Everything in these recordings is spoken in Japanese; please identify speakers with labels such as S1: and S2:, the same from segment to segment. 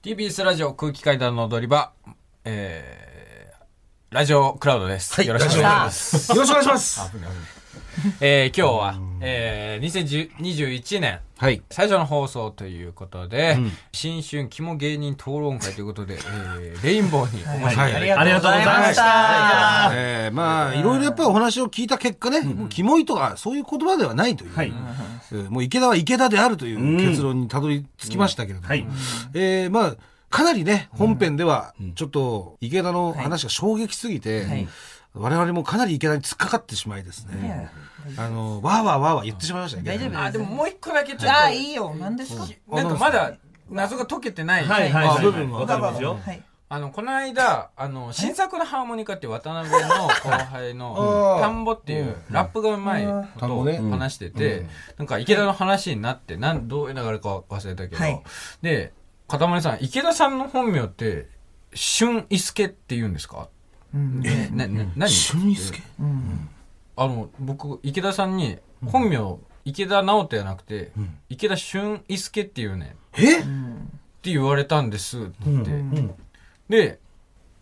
S1: TBS ラジオ空気階段の踊り場、えー、ラジオクラウドです。よろしくお願いします。
S2: よろしくお願いします。
S1: えー、今日は、えー、2021年、
S2: はい。
S1: 最初の放送ということで、新春肝芸人討論会ということで、えー、レインボーにお越しいただいて、
S2: ありがとうございました
S3: た。
S2: えー、まあ、いろいろやっぱりお話を聞いた結果ね、もうキモいとか、そういう言葉ではないという、えーもう池田は池田であるという結論にたどり着きましたけれども、
S3: はい。
S2: えー、まあ、かなりね、本編では、ちょっと池田の話が衝撃すぎて、
S3: はい
S2: 我々もかなり池田に突っかかってしまいですね、あの、わーわーわーわー言ってしまいましたね。
S3: 大丈夫
S1: あ、でももう一個だけちょっ
S3: ああ、いいよ。何ですか
S1: と、なんかまだ謎が解けてない。
S4: はいはい
S2: あ
S4: はい。
S2: 部分は
S4: わかりますよ。
S3: はい。
S1: あの、この間、あの、新作のハーモニカって渡辺の後輩の、
S2: あー
S1: 田んぼっていう、ラップがうまいこ
S2: 田ん
S1: と
S2: ぼ
S1: を
S2: ね
S1: 話してて、なんか池田の話になって、なん、どういう流れか忘れたけど
S3: はい、
S1: で、かたまりさん、池田さんの本名って、俊伊助って言うんですかえ、な、な、何
S2: 俊介
S1: あの、僕、池田さんに、本名、池田直人じゃなくて、池田俊伊助っていうねん
S2: え
S1: って言われたんですって言って、で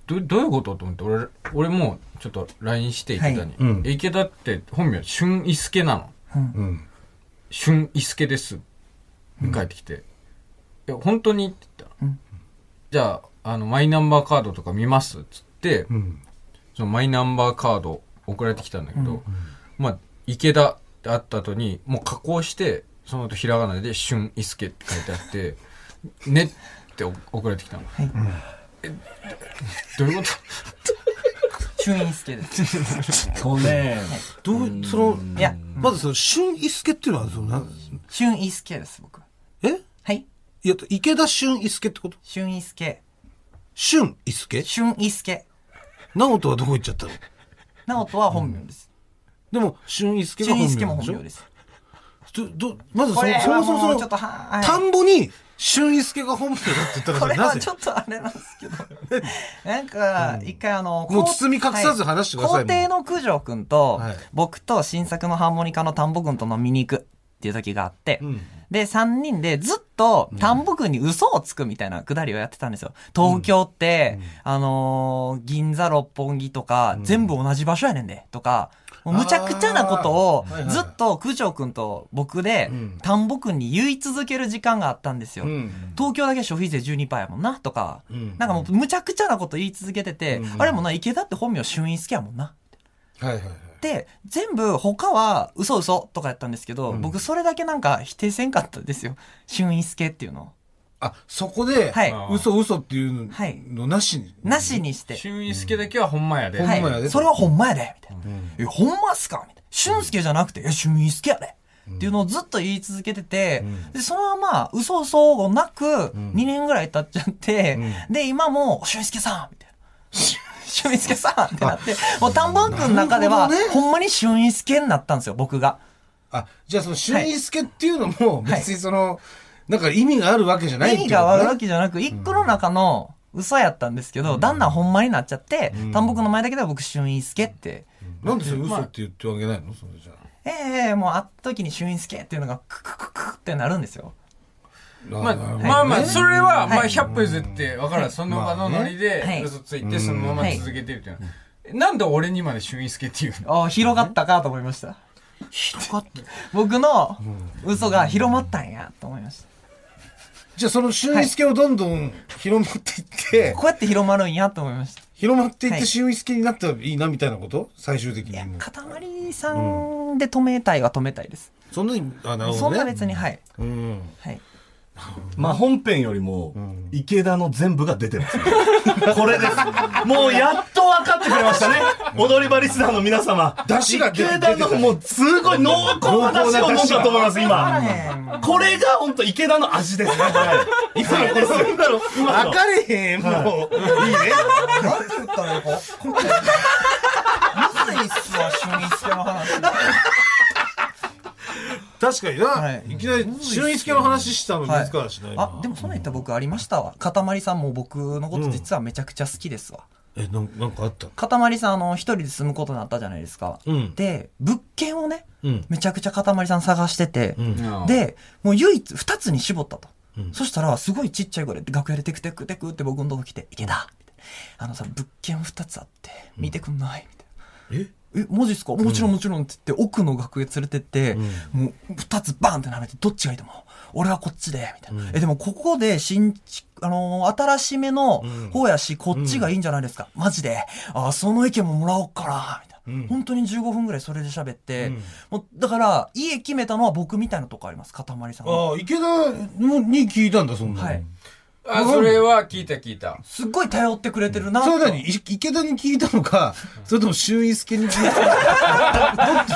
S1: どどういうことと思って俺俺もちょっと LINE して池田に、
S3: はい
S2: うん
S1: え池田って本名俊一助なの
S2: うん。
S1: 俊一助です帰ってきて「いや本当に?」って言ったら、じゃああのマイナンバーカードとか見ます」っつって、
S2: うん。
S1: そのマイナンバーカード送られてきたんだけど、まあ池田ってあった後にもう加工してその後ひらがなで「俊一助」って書いてあって「ね」って送られてきたの。
S3: い
S1: えどどういうこと
S3: 俊一助です。
S4: そうね。
S2: どう、その、
S3: いや、
S2: まずその、俊一助っていうのは、その、な
S3: 俊一助です、僕は。
S2: え
S3: はい。
S2: いや、池田俊一助ってこと
S3: 俊一助。
S2: 俊一助
S3: 俊一助。
S2: 直人はどこ行っちゃったの
S3: 直人は本名です。
S2: でも、俊一助が
S3: 俊一
S2: 本
S3: 助
S2: 名な
S3: も
S2: んでし
S3: 本
S2: ょ
S3: 名です。
S2: ちょどまずそ
S3: これ
S2: の、そ
S3: は
S2: もそ
S3: も
S2: も
S3: うちょ
S2: そ
S3: っと、
S2: の、
S3: は
S2: 田
S3: い。
S2: んぼに俊一助が本名だって言ったか
S3: こ
S2: ら
S3: れ
S2: な
S3: は
S2: ぜ
S3: ちょっとあれなんですけど。なんか、一回あの、
S2: もう包み隠さず話してください
S3: はい皇帝の九条くんと
S2: はい、
S3: 僕と新作のハーモニカの田んぼくんと飲みに行くっていう時があって、
S2: うん
S3: で、3人でずっと田んぼくんに嘘をつくみたいなくだりをやってたんですよ。東京って、あのー銀座六本木とか、全部同じ場所やねんで、とか、もうむちゃくちゃなことを
S2: あーはいはいはい
S3: ずっと九条くんと僕で
S2: うん
S3: 田んぼくんに言い続ける時間があったんですよ。
S2: うん
S3: 東京だけ消費税12%やもんな、とか、
S2: うん
S3: なんかもうむちゃくちゃなこと言い続けてて、
S2: うん
S3: あれもな、池田って本名俊一助やもんな。
S2: はいはいはい。
S3: で、全部他は嘘嘘とかやったんですけど、
S2: うん
S3: 僕それだけなんか否定せんかったですよ。俊一助っていうのを。
S2: あ、そこで、
S3: はい
S1: あ
S2: 嘘嘘っていう
S3: はい
S2: のなしに。
S3: なしにして。
S1: 俊一助だけはほんまやで、
S2: ほんま
S3: は
S2: やで
S3: い。それはほんまやで、みたいな。え、ほんまっすかみたいな。俊介じゃなくて、え、俊一助やで。っていうのをずっと言い続けてて、で、そのまま、嘘嘘をなく、2年ぐらい経っちゃって、で、今も、俊介さんみたいな。俊介さんってなって、もう、田んぼくんの中では、
S2: なるほどね
S3: ほんまに俊介になったんですよ、僕が。
S2: あ、じゃあその俊一助っていうのも、別にその、なんか意味があるわけじゃない
S3: 意
S2: ってい
S3: 味
S2: う
S3: が悪いわ
S2: け。
S3: けじゃなく、一個の中の嘘やったんですけど、だんだんほんまになっちゃって、田んぼくんの前だけでは僕、俊一助って。
S2: なんでそれ嘘って言ってわけないのそれじゃ
S3: ええええもうあった時に俊介っていうのがクククククってなるんですよ。
S2: あ。
S1: まあ、
S2: なるほど
S1: まあまあ、それは、
S3: はい
S1: まあ、100歩譲って、わからん。その場のノリで
S3: はい、
S1: 嘘ついて、そのまま続けてるっていうのはなんで俺にまで俊一助っていうの
S3: ああ、広がったかと思いました。 僕の嘘が広まったんやと思いました。
S2: じゃあその俊一助をどんどん広まっていって、
S3: こうやって広まるんやと思いました。
S2: 広まっていっ
S3: は
S2: て
S3: い
S2: 俊一助になったらいいなみたいなこと最終的に。
S3: かたまりさんで止めたいは止めたいです。
S2: そんなに、あ、なるほどね。
S3: そんな別に、はい。
S2: うん。
S3: はい。
S4: まあ本編よりも、池田の全部が出てますね。 これです。もうやっと分かってくれましたね。踊り場リスナーの皆様。
S2: 出汁が出
S4: 池田
S2: 出てた
S4: のもうすごい濃厚な出汁を飲んだと思います、今。これが本当池田の味ですね。はい。今のこれなんだろう今の
S2: 分かれへん、もう。いいね。
S3: なんて言ったのよ、こむずいっすわ、俊一の話。
S2: 確かにな。
S3: はい
S2: い、きなり、俊一家の話したの
S3: はい
S2: 自らしないな、
S3: あ、でもそんなん言ったら僕ありましたわ。かたまりさんも僕のこと実はめちゃくちゃ好きですわ。
S2: え、なんなんかあった
S3: かたまりさん、あの、一人で住むことになったじゃないですか。
S2: うん
S3: で、物件をね、
S2: うん
S3: めちゃくちゃかたまりさん探してて、
S1: う
S2: ん
S1: ん
S3: で、もう唯一二つに絞ったと。そしたら、すごいちっちゃい声で楽屋でテクテクテクって僕のとこ来て、池田みたいなあのさ、物件2つあって、見てくんないみたいな。えマジっすかもちろんもちろんって言って、奥の楽屋連れてって、もう2つバンって並べてどっちがいいと思う俺はこっちでみたいな、えでもここで新築あのー新しめの方やし、こっちがいいんじゃないですか、マジであその意見ももらおうかなみたいな。本当に15分ぐらいそれで喋って、もうだから家決めたのは僕みたいなとこありますかたまりさんが
S2: ああ、池田のに聞いたんだ、そんなの。
S3: はい
S1: あ、それは聞いた聞いた。
S3: すっごい頼ってくれてるな
S2: それ
S3: と
S2: は何い池田に聞いたのか、それとも俊一助に聞いたのか。
S4: 今どっ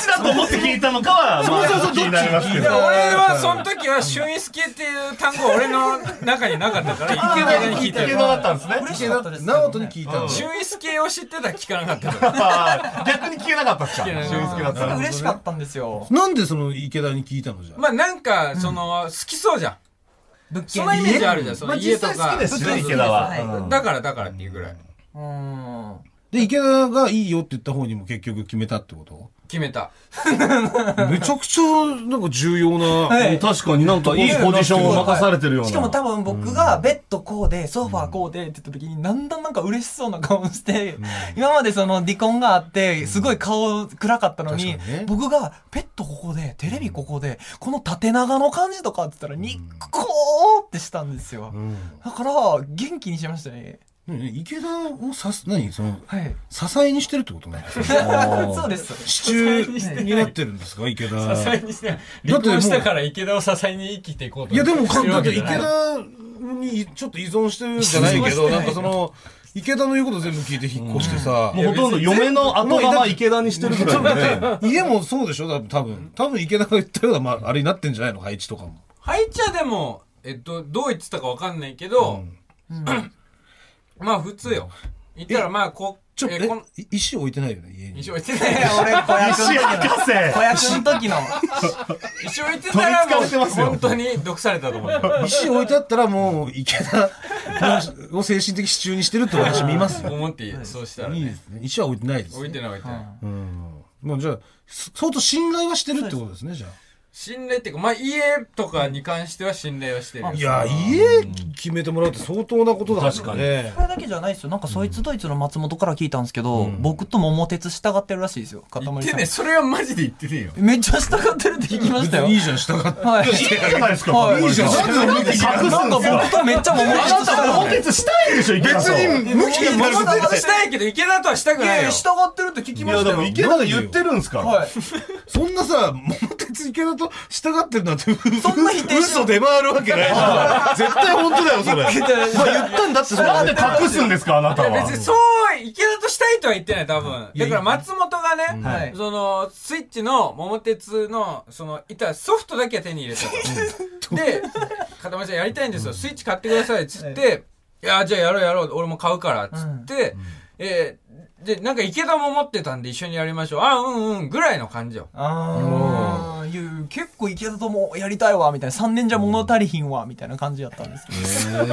S4: ちだと思って聞いたのかは、まあ、気になりますけ
S1: い
S4: ど
S1: や。俺はその時は俊介っていう単語は俺の中になかったから池田に聞いた
S4: 池
S1: よ
S4: 田だったんですね。
S3: 嬉し
S2: 池
S3: かったで
S2: 田
S3: すけどね
S2: 直人に聞いたのか。
S1: 俊介を知ってたら聞かなかったから
S4: あー逆に聞けなかったっすか
S1: 聞けなかった
S4: 俊介だった
S3: それ
S4: ら。
S3: 嬉しかったんですよ
S2: なんでその池田に聞いたのじゃあ。
S1: まあなんかその好きそうじゃん
S3: 物
S1: そんなイメージあるじゃんそ
S4: まあ
S1: の家
S4: 実
S1: と
S4: 際
S1: か
S4: 好きですよね、池田
S3: はい
S4: は。うん
S1: だからだからっていうぐらい
S3: うん
S2: で、池田がいいよって言った方にも結局決めたってこと
S1: 決めた
S2: めちゃくちゃ、なんか重要な。
S3: はい
S4: 確かになんかいいポジションを任されてるような。
S3: しかも多分僕がベッドこうで、ソファーこうでって言った時に、だんだんなんか嬉しそうな顔して、今までその離婚があって、すごい顔暗かったのに
S2: 確かにね、
S3: 僕がベッドここで、テレビここで、この縦長の感じとかって言ったら、ニッコーってしたんですよ。だから、元気にしましたね。
S2: ね池田をさす、何その、
S3: はい。
S2: 支えにしてるってことね。
S3: そうです。
S2: 支柱になってるんですか、池田。
S1: 支えにしてない
S2: だ
S1: 離
S2: ってもう
S1: 婚したから池田を支えに生きていこうと
S2: いやでもか、だって池
S1: してるわ
S2: 田にちょっと依存してるじゃないけど、なんかその、池田の言うこと全部聞いて引っ越してさ、
S4: もうほとんど嫁の後釜池田にしてるぐらいでね。
S2: 家もそうでしょ多分、多分。多分池田が言ったような、まあ、あれになってんじゃないの配置とかも。
S1: けじゃないハイチャでもえっとどう言ってたかわかんないけどまあ普通よ言ったらまあこ
S2: ちょ、
S1: え
S2: え
S1: こん、
S2: い石置いてないよね、家に。
S1: 一応言ってない
S3: 俺、子役
S4: 石
S3: の時の、
S4: 博士
S3: 子役の時の、
S1: 一応言ってたらも
S4: 取り憑かれてます
S1: う
S4: よ
S1: 本当に毒されたと思う
S2: 石置いてあったらもう、池 田を精神的支柱にしてるって私見ます よ。
S1: 思ってそうしたら
S2: いいで
S1: ね
S2: すね。石は置いてないです、
S1: 置い
S2: ね。
S1: てない置いてない
S2: もうじゃあ、そ相当信頼はしてるってことですね、じゃあ。
S1: 信頼っていうかまあ家とかに関しては信頼はしてるよ
S2: いや、家決めてもらうって相当なことだ
S4: 確かに
S2: ね
S3: こ。れだけじゃないですよ。なんかそいつドイツの松本から聞いたんですけど、僕と桃鉄従ってるらしいですよ。かた
S1: 言
S3: ま
S1: っ
S3: り
S1: て
S3: さん
S1: ね。それはマジで言ってねえよ
S3: めっちゃ従ってるって聞きましたよ。
S2: いいじゃん、従って。
S3: はい。
S4: いいじゃないです
S3: は
S4: か。
S3: い
S4: いいじゃん。なんで隠すん
S3: なんか
S4: ですか
S3: 僕とめっちゃ桃鉄
S4: あなた
S3: 従
S4: も
S3: っ
S4: 本
S3: てる。
S4: 日したいでしょ、池田さん。
S2: 無理になる
S1: 本当はしたいけど池田とはしたく
S3: い
S1: な
S3: や
S1: い
S3: い
S1: よ
S3: や、従ってるって聞き
S4: い
S3: ま
S4: や、
S3: した
S4: で
S3: よ。
S4: も池田が言ってるんですから。
S3: はい。
S2: そんなさ、桃鉄池田と従ってるなんて、そ
S3: んな否定しない
S2: 嘘出回るわけないじゃん。絶対本当だよ、それ。
S3: いやい
S2: まあ言ったんだって、それ
S4: なんで隠すんですか、あなた
S1: いや
S4: は。
S1: 別にそう池田としたいとは言ってない多分だから松本がね、
S3: はい
S1: そのスイッチの桃鉄のそのいたソフトだけは手に入れたので片山さんやりたいんですよ、スイッチ買ってくださいっつって、い、やじゃあやろうやろう俺も買うからっつって、えーでなんか池田も持ってたんで一緒にやりましょうあうんうんぐらいの感じよ
S3: あーいや結構池田ともやりたいわ、みたいな。3年じゃ物足りひんわ、みたいな感じやったんですけ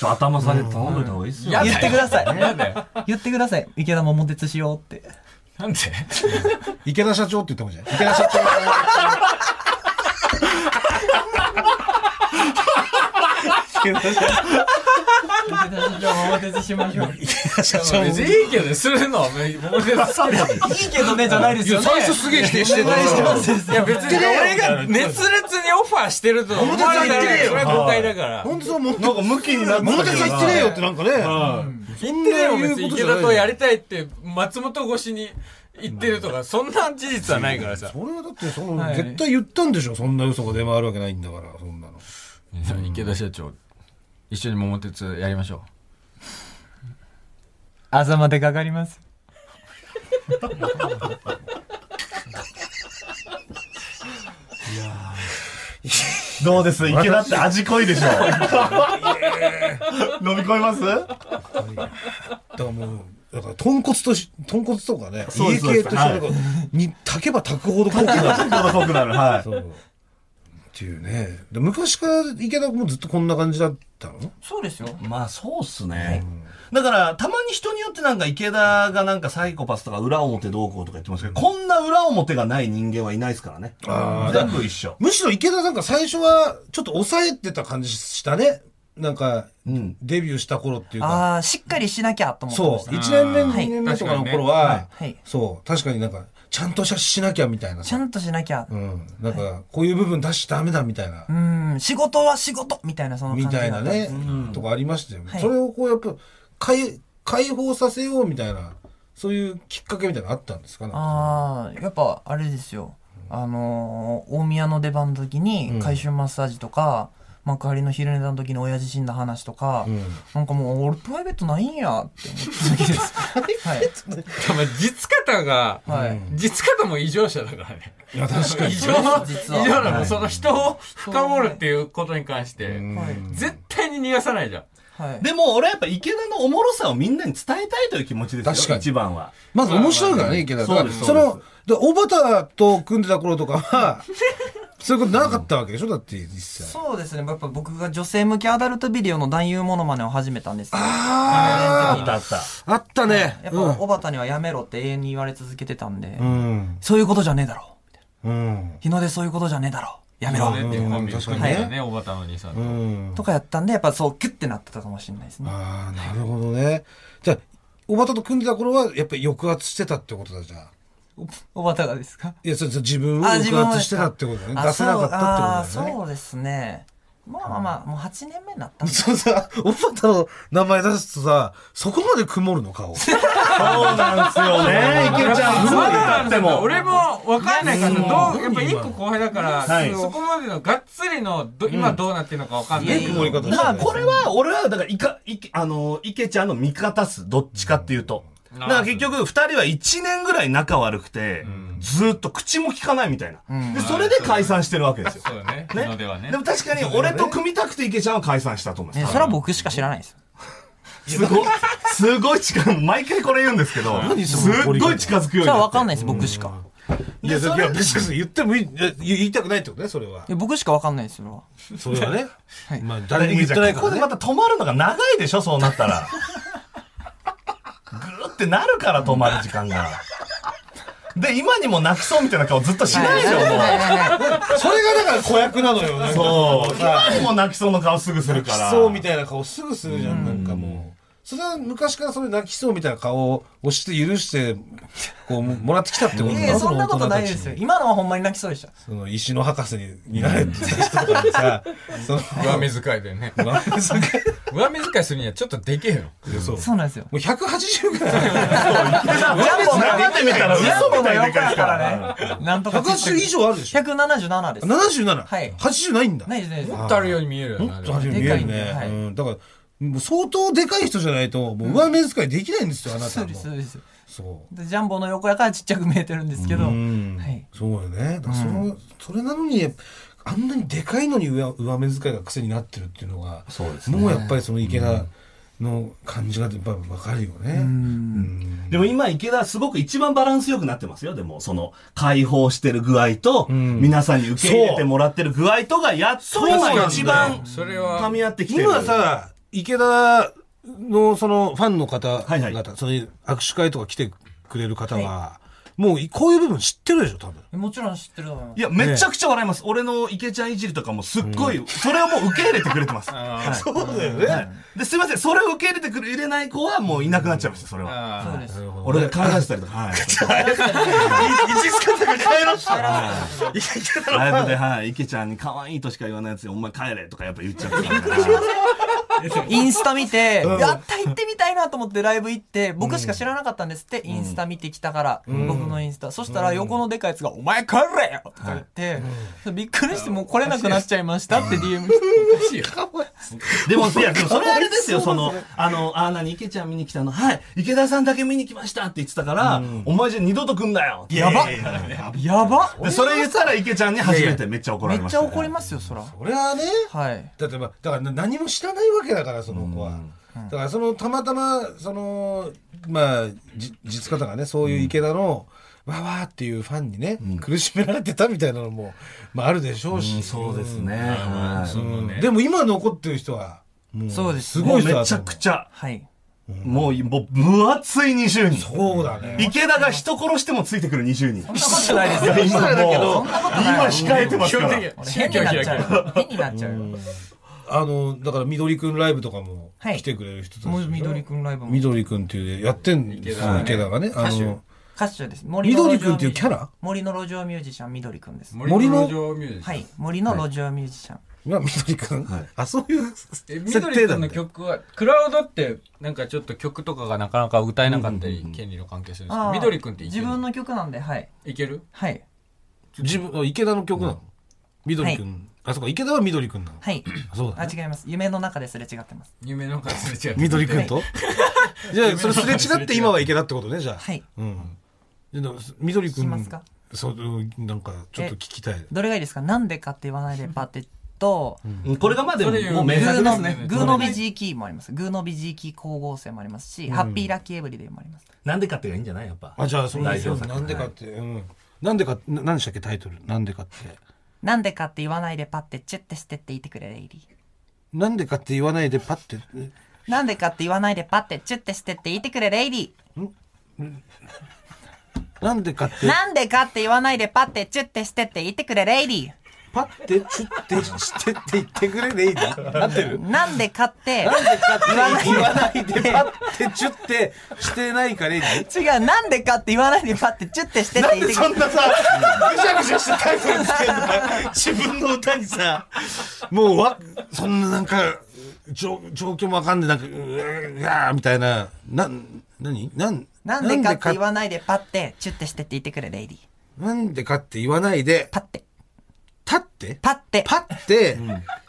S3: ど。
S4: 頭下げて頼んどいた方がいいっすよ
S1: やだよ
S3: 言ってください。言ってください。池田桃鉄しようって。
S1: なんで
S2: 池田社長って言ったもんじゃない。池田社長。
S3: 池田じゃあ桃鉄しましょう。
S1: 別にいいけどするの桃鉄好きだし
S3: いいけどね、じゃないですよね。
S2: 最初すげえ否定して
S3: お願いしま
S2: た。
S3: す。
S1: いや別に俺が熱烈にオファーしてると思われたらそれは誤解だから。
S2: 本当そう、桃
S4: なんか向きになってたけどな
S2: 桃鉄行ってねえよってなんかね。
S4: うん
S1: 言ってねえよ別に池田とや
S2: り
S1: りたいって松本越しに言ってるとかそんな事実はないからさ
S2: そ。れはだって、その
S3: はい、
S2: 絶対言ったんでしょ。そんな嘘が出回るわけないんだから、そんなの。
S1: 池田社長、一緒に桃鉄やりましょ
S3: あざまでかかります。
S4: どうです池田って味濃いでしょ。飲み込みます
S2: だからもう、だから、豚骨とし、豚骨とかね、
S4: そう
S2: 家
S4: です
S2: 系として、
S4: そ
S2: な
S4: うで
S2: ん
S4: す
S2: か、に、炊けば炊くほど濃くなる。
S4: 濃くなる。はい。
S2: そう。っていうね。で昔から池田もずっとこんな感じだったの
S3: そうですよ。
S4: まあそうっすね。だから、たまに人によってなんか池田がなんかサイコパスとか裏表どうこうとか言ってますけど、こんな裏表がない人間はいないですからね。
S2: あ
S4: 全部一緒。
S2: むしろ池田なんか最初はちょっと抑えてた感じしたね。なんか、
S4: うん
S2: デビューした頃っていうか。
S3: ああ、しっかりしなきゃと思ってま
S2: そ
S3: し
S2: う。
S3: た。
S2: 1年目、
S1: うん
S2: 2年目とかの頃は、
S3: はいはい
S2: そう。確かになんか、ちゃんとししなきゃみたいな
S3: ちゃ
S2: さ。
S3: んとしなきゃ
S2: う。ん。なんか、こういう部分出しちゃダメだみたいな
S3: う、ん、仕事は仕事みたいなその感じ
S2: みたいな
S3: だったんで
S2: ね
S3: す、
S2: とかありましたよね。
S3: はい
S2: それをこう、やっぱ、解、解放させようみたいな、そういうきっかけみたいなのあったんですかなんか
S3: ああ、やっぱあれですよ。あのー大宮の出番の時に、回収マッサージとか、幕張の昼寝の時に親父死んだ話とか、なんかもう、俺プライベートないんやって思った時 です。はい。
S1: 多分実方が、
S3: はい
S1: 実方も異常者だからね。
S2: いや、確か
S1: 異
S2: に。
S1: 常
S3: 実は
S1: 異常なの。その人を深掘るっていうことに関して、
S3: はい。
S1: 絶対に逃がさないじゃん。
S3: はい。
S4: でも俺やっぱ池田のおもろさをみんなに伝えたいという気持ちですよ。
S2: 確かに
S4: 一番は。
S2: まず面白いからね、池田
S4: そうです
S2: だから
S4: そ
S2: その、で小畑と組んでた頃とか は、そういうことなかったわけでしょだって、実際。
S3: そうですね。やっぱ僕が女性向けアダルトビデオの男優モノマネを始めたんですけど
S2: あ
S4: あったあった。
S2: あ、あったね。
S3: やっぱ、小畑にはやめろって永遠に言われ続けてたんで、
S2: うん。
S3: そういうことじゃねえだろ。
S2: うん。
S3: 日の出そういうことじゃねえだろ。やめろ。
S1: ねっていうコンビを組ん
S2: うん確かにね
S1: でたね、おばたの兄さんと。
S2: うん。
S3: とかやったんで、やっぱそう、キュッてなってたかもしれないですね。
S2: ああ、なるほどね。じゃあ、小畑と組んでた頃は、やっぱり抑圧してたってことだじゃあ。
S3: おばたがですか
S2: いや、それそれ自分を
S3: あ自分を
S2: 抑圧してたってことだね。
S3: あ
S2: 出せなかったって
S3: そ
S2: こ
S3: う
S2: と
S3: あ
S2: だ
S3: ーそ
S2: よね。
S3: うですね。まあまあまあ、もう8年目になったんで。
S2: そうさ、小畑の名前出すとさ、そこまで曇るの顔。
S4: そうなんですよ ね、池ちゃん。
S1: まだ
S4: でも、
S1: 俺も分かんないから、
S4: いや
S1: ど
S2: す
S1: う
S2: ごい
S1: やっぱ一個後輩だから、
S4: はい
S1: そこまでのがっつりのど、今どうなってるのか分かんないけど。
S2: 曇り方して
S4: だから
S2: た
S4: これは、俺は、だから、いか、いけ、あのー、池ちゃんの味方っす。どっちかっていう
S1: う
S4: と。
S1: ん
S4: だから結局、二人は一年ぐらい仲悪くて、ずーっと口も聞かないみたいな。で、それで解散してるわけですよ。
S1: そうだね。
S4: ね
S1: のではね
S4: で。も確かに、俺と組みたくて池ちゃんは解散したと思い
S3: ね、
S4: ま
S3: そ
S4: す。
S3: れは僕しか知らないです。
S4: すごい、すごい近く、毎回これ言うんですけど、すっごい近づく
S3: それ
S4: ようになって。
S3: は分かんないです、僕しか。
S2: い
S4: で
S2: や、
S4: そ
S2: い
S4: れ
S2: や別に言ってもいい、いや言いたくないってことね、それ
S3: い
S2: は。
S3: や僕しか分かんないです、それは。
S2: それはね。
S3: はい
S2: まあ、誰にも言ってないか
S4: ここ
S2: ら
S4: で
S2: ね。
S4: また止まるのが長いでしょ、そうなっ たら。ぐーってなるから止まる時間が。で、今にも泣きそうみたいな顔ずっとしないでしょ、
S2: それがだから子役なの よ。なんか
S4: もう。そう。今にも泣きそうの顔すぐする
S2: 泣
S4: か
S2: き
S4: ら。
S2: そうみたいな顔すぐするじゃん、なんかもう。それは昔からそれ泣きそうみたいな顔を押して許して、こう、もらってきたってこと
S3: いやいやそんなことないですよ。。今のはほんまに泣きそうでした。
S2: その石の博士にになれって言った人とかに さ、その、
S1: 上目遣いだよね。
S2: まあそれ
S1: 上目遣いするにはちょっとでけえよ。
S2: そう。も
S3: そうなんですよ。
S2: う180ぐらい。
S3: ジャンボの
S4: 生で見たら
S3: ジャンボ
S4: 嘘み
S3: の
S4: たいなで
S3: 横だ
S4: かいですか。
S3: かららね。なんとか。
S2: 180以上あるでし ょ
S3: ?177 です。
S2: 77。
S3: はい
S2: 80ないんだ。
S3: ないです、ないです。
S1: もっとあるように見えるよ
S2: も
S1: な。
S2: っ
S1: で
S2: と
S1: も
S2: あるように見える
S3: でかいん
S2: ね
S3: で。はい
S2: うん、だから、もう相当でかい人じゃないと、もう上目遣いできないんですよ、あな
S3: そ
S2: た
S3: う
S2: も
S3: で。す、そうです。
S2: そう。
S3: でジャンボの横やからちっちゃく見えてるんですけど。
S2: うん
S3: はい。
S2: そうよね。だからその、それなのに、あんなにでかいのに上上目遣いが癖になってるっていうのが、
S4: そうで
S2: もうやっぱりその池田の感じがやっぱ分かるよね。
S4: でも今池田すごく一番バランス良くなってますよ。でも、その、解放してる具合と、皆さんに受け入れてもらってる具合とが、やっと今一番、
S1: それ
S4: 噛
S1: は、
S4: み合ってきてる。
S2: 今、さ、池田のそのファンの方々、
S4: はいはい
S2: そういう握手会とか来てくれる方は、もうこういう部分知ってるでしょ、多分。
S3: もちろん知ってると思います
S4: い。や、めちゃくちゃ笑います。俺の池ちゃんいじりとかもすっごい、それをもう受け入れてくれてます。はい
S2: そうだよ
S4: はい。で、すいません、それを受け入れてくれ、入れない子はもういなくなっちゃいました、それは。
S1: あ
S3: そうです。
S4: 俺が帰らせたりとか、はい。
S2: 一つ方が帰らしたら。
S4: ライブで、はい、池ちゃんに可愛いとしか言わないやつに、お前帰れとかやっぱ言っちゃってたから。
S3: インスタ見て、やった行ってみたいなと思ってライブ行って、僕しか知らなかったんですって、インスタ見てきたから、僕のインスタ。そしたら横のでかいやつが、お前帰れよとか言って、びっくりしてもう来れなくなっちゃいましたって DM 来て
S1: おかしいよ。
S4: でも、いや、でもそれあれですよ、その、あの、あ、なに、池ちゃん見に来たの、はい、池田さんだけ見に来ましたって言ってたから、お前じゃ二度と来んなよ。
S3: やばやば
S4: で、それ言ったら池ちゃんに初めてめっちゃ怒ら
S3: め
S4: れ
S3: っ
S4: ま
S3: ち
S4: した
S3: ゃ
S4: ね。
S3: 怒りますよ、そら。
S2: 俺はね、
S3: はい。
S2: だってまあだからな何も知らないわけだからその子は、だからそのたまたまそのまあじ実方がねそういう池田の、わわーっていうファンにね、苦しめられてたみたいなのも、まあ、あるでしょうし、
S4: そうですね。は
S2: う
S4: い
S2: んでも今残ってる人はもう
S3: そうです
S2: す
S4: も
S2: ご
S4: う
S2: い人
S4: め
S2: だ
S4: ち
S2: と
S4: ゃ
S2: 思
S4: くちゃ。
S3: はい。
S4: もう、もう、分厚い20人。
S2: うそうだね
S4: 池田が人殺してもついてくる20人。
S3: そんなことないですよ。
S4: 今もう、
S3: そんなことない
S4: 今控えてますから。
S3: 俺変になっちゃうよ。変になっちゃうよ。
S2: あのだから緑くんライブとかも
S3: はい
S2: 来てくれる人たちでしょ、
S3: もう緑くんライブも。
S2: 緑くんっていうやってんですよ池田がねあの
S3: 歌手です。
S2: 緑くんっていうキャラ
S3: 森の路上ミュージシャン、緑くんです。
S1: 森
S2: の
S1: の路上ミュージック
S3: はい。森の路上ミュージシャン。
S2: まあ緑くん、あそういう
S1: え
S2: 設
S1: 緑
S2: 定
S1: く
S2: なんん
S1: の
S2: だ
S1: 曲はクラウドってなんかちょっと曲とかがなかなか歌えなかったり権利の関係するんですけ
S3: あ
S1: ど
S3: ー
S1: 緑くんっていけ
S3: 自
S1: る
S3: 分の曲なんで、はい。
S1: いける
S3: はい。
S2: 自分池田の曲なの、緑くん、
S3: は
S2: あそうか池田は緑くんなの、
S3: はい。
S2: そうだ
S3: あ、
S2: ね
S3: 違います。夢の中ですれ違ってます。
S1: 夢の中すれ違う
S2: 緑くんと、 じゃあそれすれ違って今は池田ってことねじゃあ
S3: はい。
S2: うんでも緑く
S3: しま
S2: ん
S3: すか
S2: そうなんかちょっと聞きたい
S3: どれがいいですかなんでかって言わないでパテと、
S4: これがまあでも、
S1: それ
S4: もう名作ですね。
S3: グーのビジーキーもあります。グーのビジーキー光合成もありますし、ハッピーラッキーエブリデイもあります。
S4: なんでかってがいいんじゃないやっぱ。
S2: あじゃあその
S4: 代表作
S2: なんでかって、うんなんでかな何でしたっけタイトルなんでかって
S3: なんでかって言わないでパッてチュッてしてっていてくれレイリ
S2: なんでかって言わないでパッてえ
S3: ー。なんでかって言わないでパッてチュッてしてっていてくれレイリ
S2: なんでかっ
S3: ー。
S2: て
S3: なんでかって言わないでパッてチュッてしてっていてくれレイリ
S2: パッてチュッてしてって言ってくれでいいな合ってる
S3: ー。なんでかって、
S2: なんでかって言わないでパッてチュッてしてないかレイジ
S3: 違う、なんでかって言わないでパッてチュッてしてっていてくれ
S4: そんなさ、ぐしゃぐしゃしたタイトルつけるのか自分の歌にさ、
S2: もうわそんななんか状状況もわかんないなんかうーうわーみたいななん何なん
S3: なんでかって言
S2: な
S3: わないでパッてチュッてしてっていてくれレイリー。
S2: んでかって言わないで
S3: パッて、
S2: 立って
S3: パッて、
S2: パッて、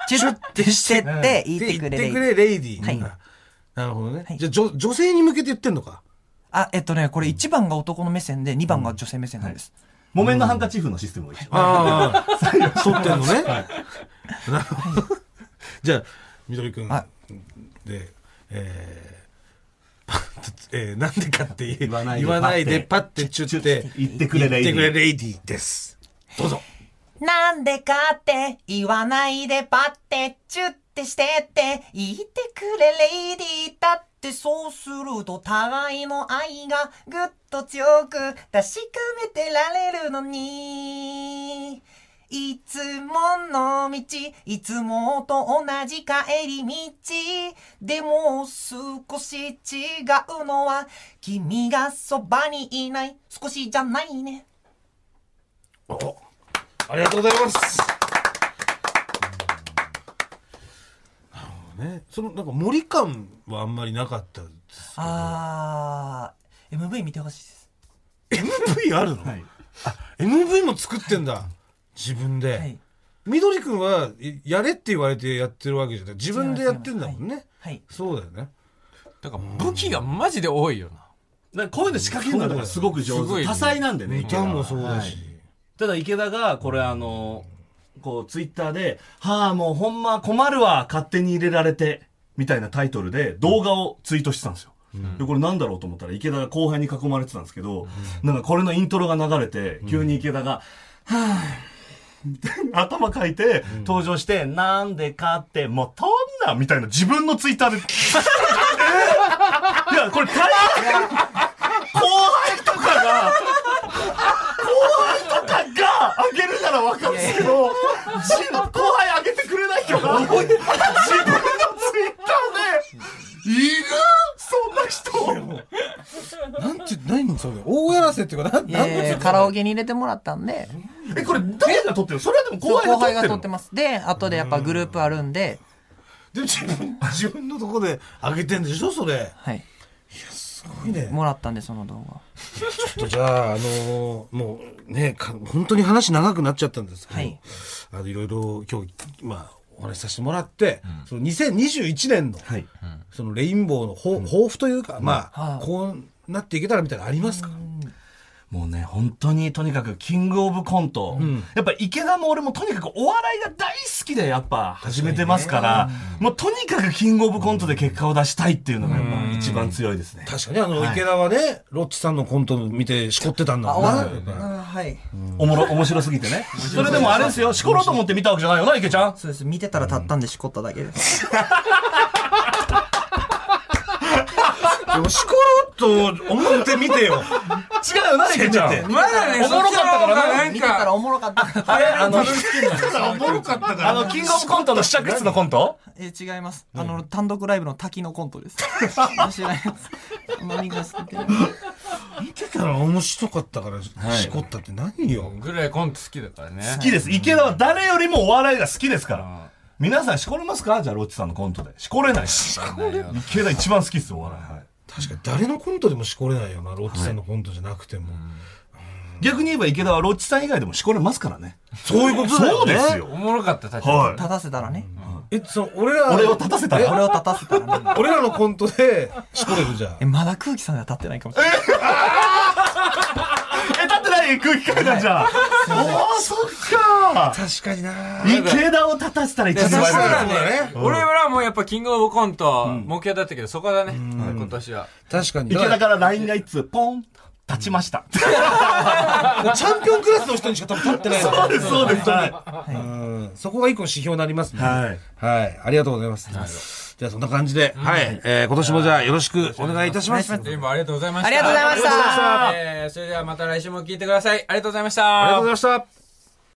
S3: チュッてしてっていて
S2: で
S3: く
S2: 言
S3: れ
S2: って
S3: レイ
S2: く
S3: リー。
S2: れレイディー、
S3: はい
S2: なるほどね、
S3: はい
S2: じゃあ女女性に向けて言ってんのか
S3: あ、えっとね、これ1番が男の目線で2番が女性目線なんです。
S4: 木綿のハンカチーフのシステムも一緒。
S2: ああ沿ってんのね、なるほどじゃあ緑くん
S3: は
S2: でえーパッとえーなんでかって言
S4: 言わないで
S2: 言わないでパッてチュッて
S4: 言ってくれ
S2: 言っ
S4: レイデ
S2: て
S4: ィ
S2: くれレイディーですどうぞ
S3: なんでかって言わないでパッてチュッてしてって言ってくれレイディーだってそうすると互いの愛がぐっと強く確かめてられるのにいつもの道いつもと同じ帰り道でも少し違うのは君がそばにいない少しじゃないね
S2: おありがとうございますなるほどねそのなんか森感はあんまりなかったです
S3: あー MV 見てほしいです
S2: MV あるの、
S4: はい
S2: あ MV も作ってんだ自分で、
S3: はい
S2: 緑くんはいやれって言われてやってるわけじゃない自分でやってんだもんね、
S3: はい
S2: そうだよね
S1: だから武器がマジで多いよな
S4: なんかこういうの仕掛けるのはだからすごく上
S1: すごいね
S4: 手。多彩なんでね、池
S2: 歌
S4: 田は
S2: もそうだ
S4: は
S2: し
S4: い、ただ池田が、これあの、こう、ツイッターで、はあ、もうほんま困るわ、勝手に入れられて、みたいなタイトルで動画をツイートしてたんですよ。で、これなんだろうと思ったら、池田が後輩に囲まれてたんですけど、なんかこれのイントロが流れて、急に池田が、頭書いて、登場して、なんでかって、もう、とんなみたいな、自分のツイッター で。いや、これ、大変後輩とかが、後輩とかが、あげるならわかるんですけど、じ後輩あげてくれない人が、自分のツイッターで、いるそんな人
S2: なんて何それ大やらせっていうかなん
S3: い
S2: なん
S3: やいやカラオケに入れてもらったんで
S4: え、これ、誰が撮ってるのそれはでも後輩
S3: 後輩が
S4: が撮
S3: 撮
S4: っ
S3: ってて
S4: るの
S3: ますで後でやっぱグループあるんで
S2: で自分自分のとこで上げてんでしょそれ
S3: はい
S2: すごいね
S3: もらったんでその動画
S2: ちょっとじゃあ、あのーもうね、か本当に話長くなっちゃったんですけど、
S3: はいい、
S2: あのいろいろ今日、まあ、お話しさせてもらって、その2021年の、
S4: はい。
S2: そのレインボーの抱抱負というか、まあ、
S3: はい
S2: こうなっていけたらみたいなのありますか、
S4: もうね、本当にとにかくキングオブコント。やっぱ池田も俺もとにかくお笑いが大好きでやっぱ始めてますから、もうとにかくキングオブコントで結果を出したいっていうのがやっぱ一番強いですね。
S2: 確かにあの池田はね、ロッチさんのコント見てしこってたんだ
S3: あ、
S2: もん
S3: お
S2: な
S3: 笑いあはい。
S4: おもろ、面白すぎてね。それでもあれですよ、しころうと思って見たわけじゃないよな、池ちゃん。
S3: そうです。見てたらたったんでしこっただけです。
S2: でもしころうと思って見てよ。
S4: 違うよな、池ちゃん。
S1: まだね、
S4: おもろか
S1: そっ
S4: ったからな
S1: ちの方がなん
S3: 見てたら
S1: か、
S3: おもろかった。
S4: あれ、あの、
S2: おもろかったから。
S4: あの、キングオブコントの試着室のコント
S3: え違います。あの、単独ライブの滝のコントです。知らないです。あんま見かせてない。
S2: 見てたら面白かったから、しこったって何よ。
S1: ぐらいコント好きだからね。
S4: 好きです。池田は誰よりもお笑いが好きですから。皆さんしこれますかじゃあ、ロッチさんのコントで。しこれないし。池田一番好きですよ、お笑い。はい
S2: 確かに誰のコントでもしこれないよな、ロッチさんのコントじゃなくても。
S4: 逆に言えば池田はロッチさん以外でもしこれますからね。
S2: そういうことだよね。
S4: そうですよ
S1: おもろかった、確
S4: は
S1: か
S4: い。
S3: 立たせたらね。
S2: え、その、俺ら、
S4: 俺を立たせたら。
S3: 俺を立たせたらね。
S2: 俺らのコントで、しこれるじゃん
S3: え、。まだ空気さんが立ってないかもしれない。
S4: え、立ってない空気階段じゃん。おー、そっか。
S2: 確かにな
S4: 池田を立たせたら一
S1: に。
S4: 番
S1: そ
S4: いい
S1: し
S2: 立
S1: た
S2: たせ
S1: ら
S2: らね
S1: ね、俺らもやっぱキングオブコント、目標だったけど、そこだね、今年は。
S2: 確かに。
S4: 池田
S2: だか
S4: から LINE がいつポン、立ちました。
S2: らチャンピオンクラスの人にしか多分立ってない
S4: そうです、そうです。
S2: うんそこが一個の指標になりますね。
S4: はい。
S2: はい。ありがとうございます。じゃあそんな感じで、はい。えー今年もじゃあよろしくお願いいたします。
S1: 全部ありがとうございました。
S3: ありがとうございま
S1: ありがとうご
S3: した
S1: ざいました。えーそれではまた来週も聞いてください。ありがとうございました。
S2: ありがとうございました。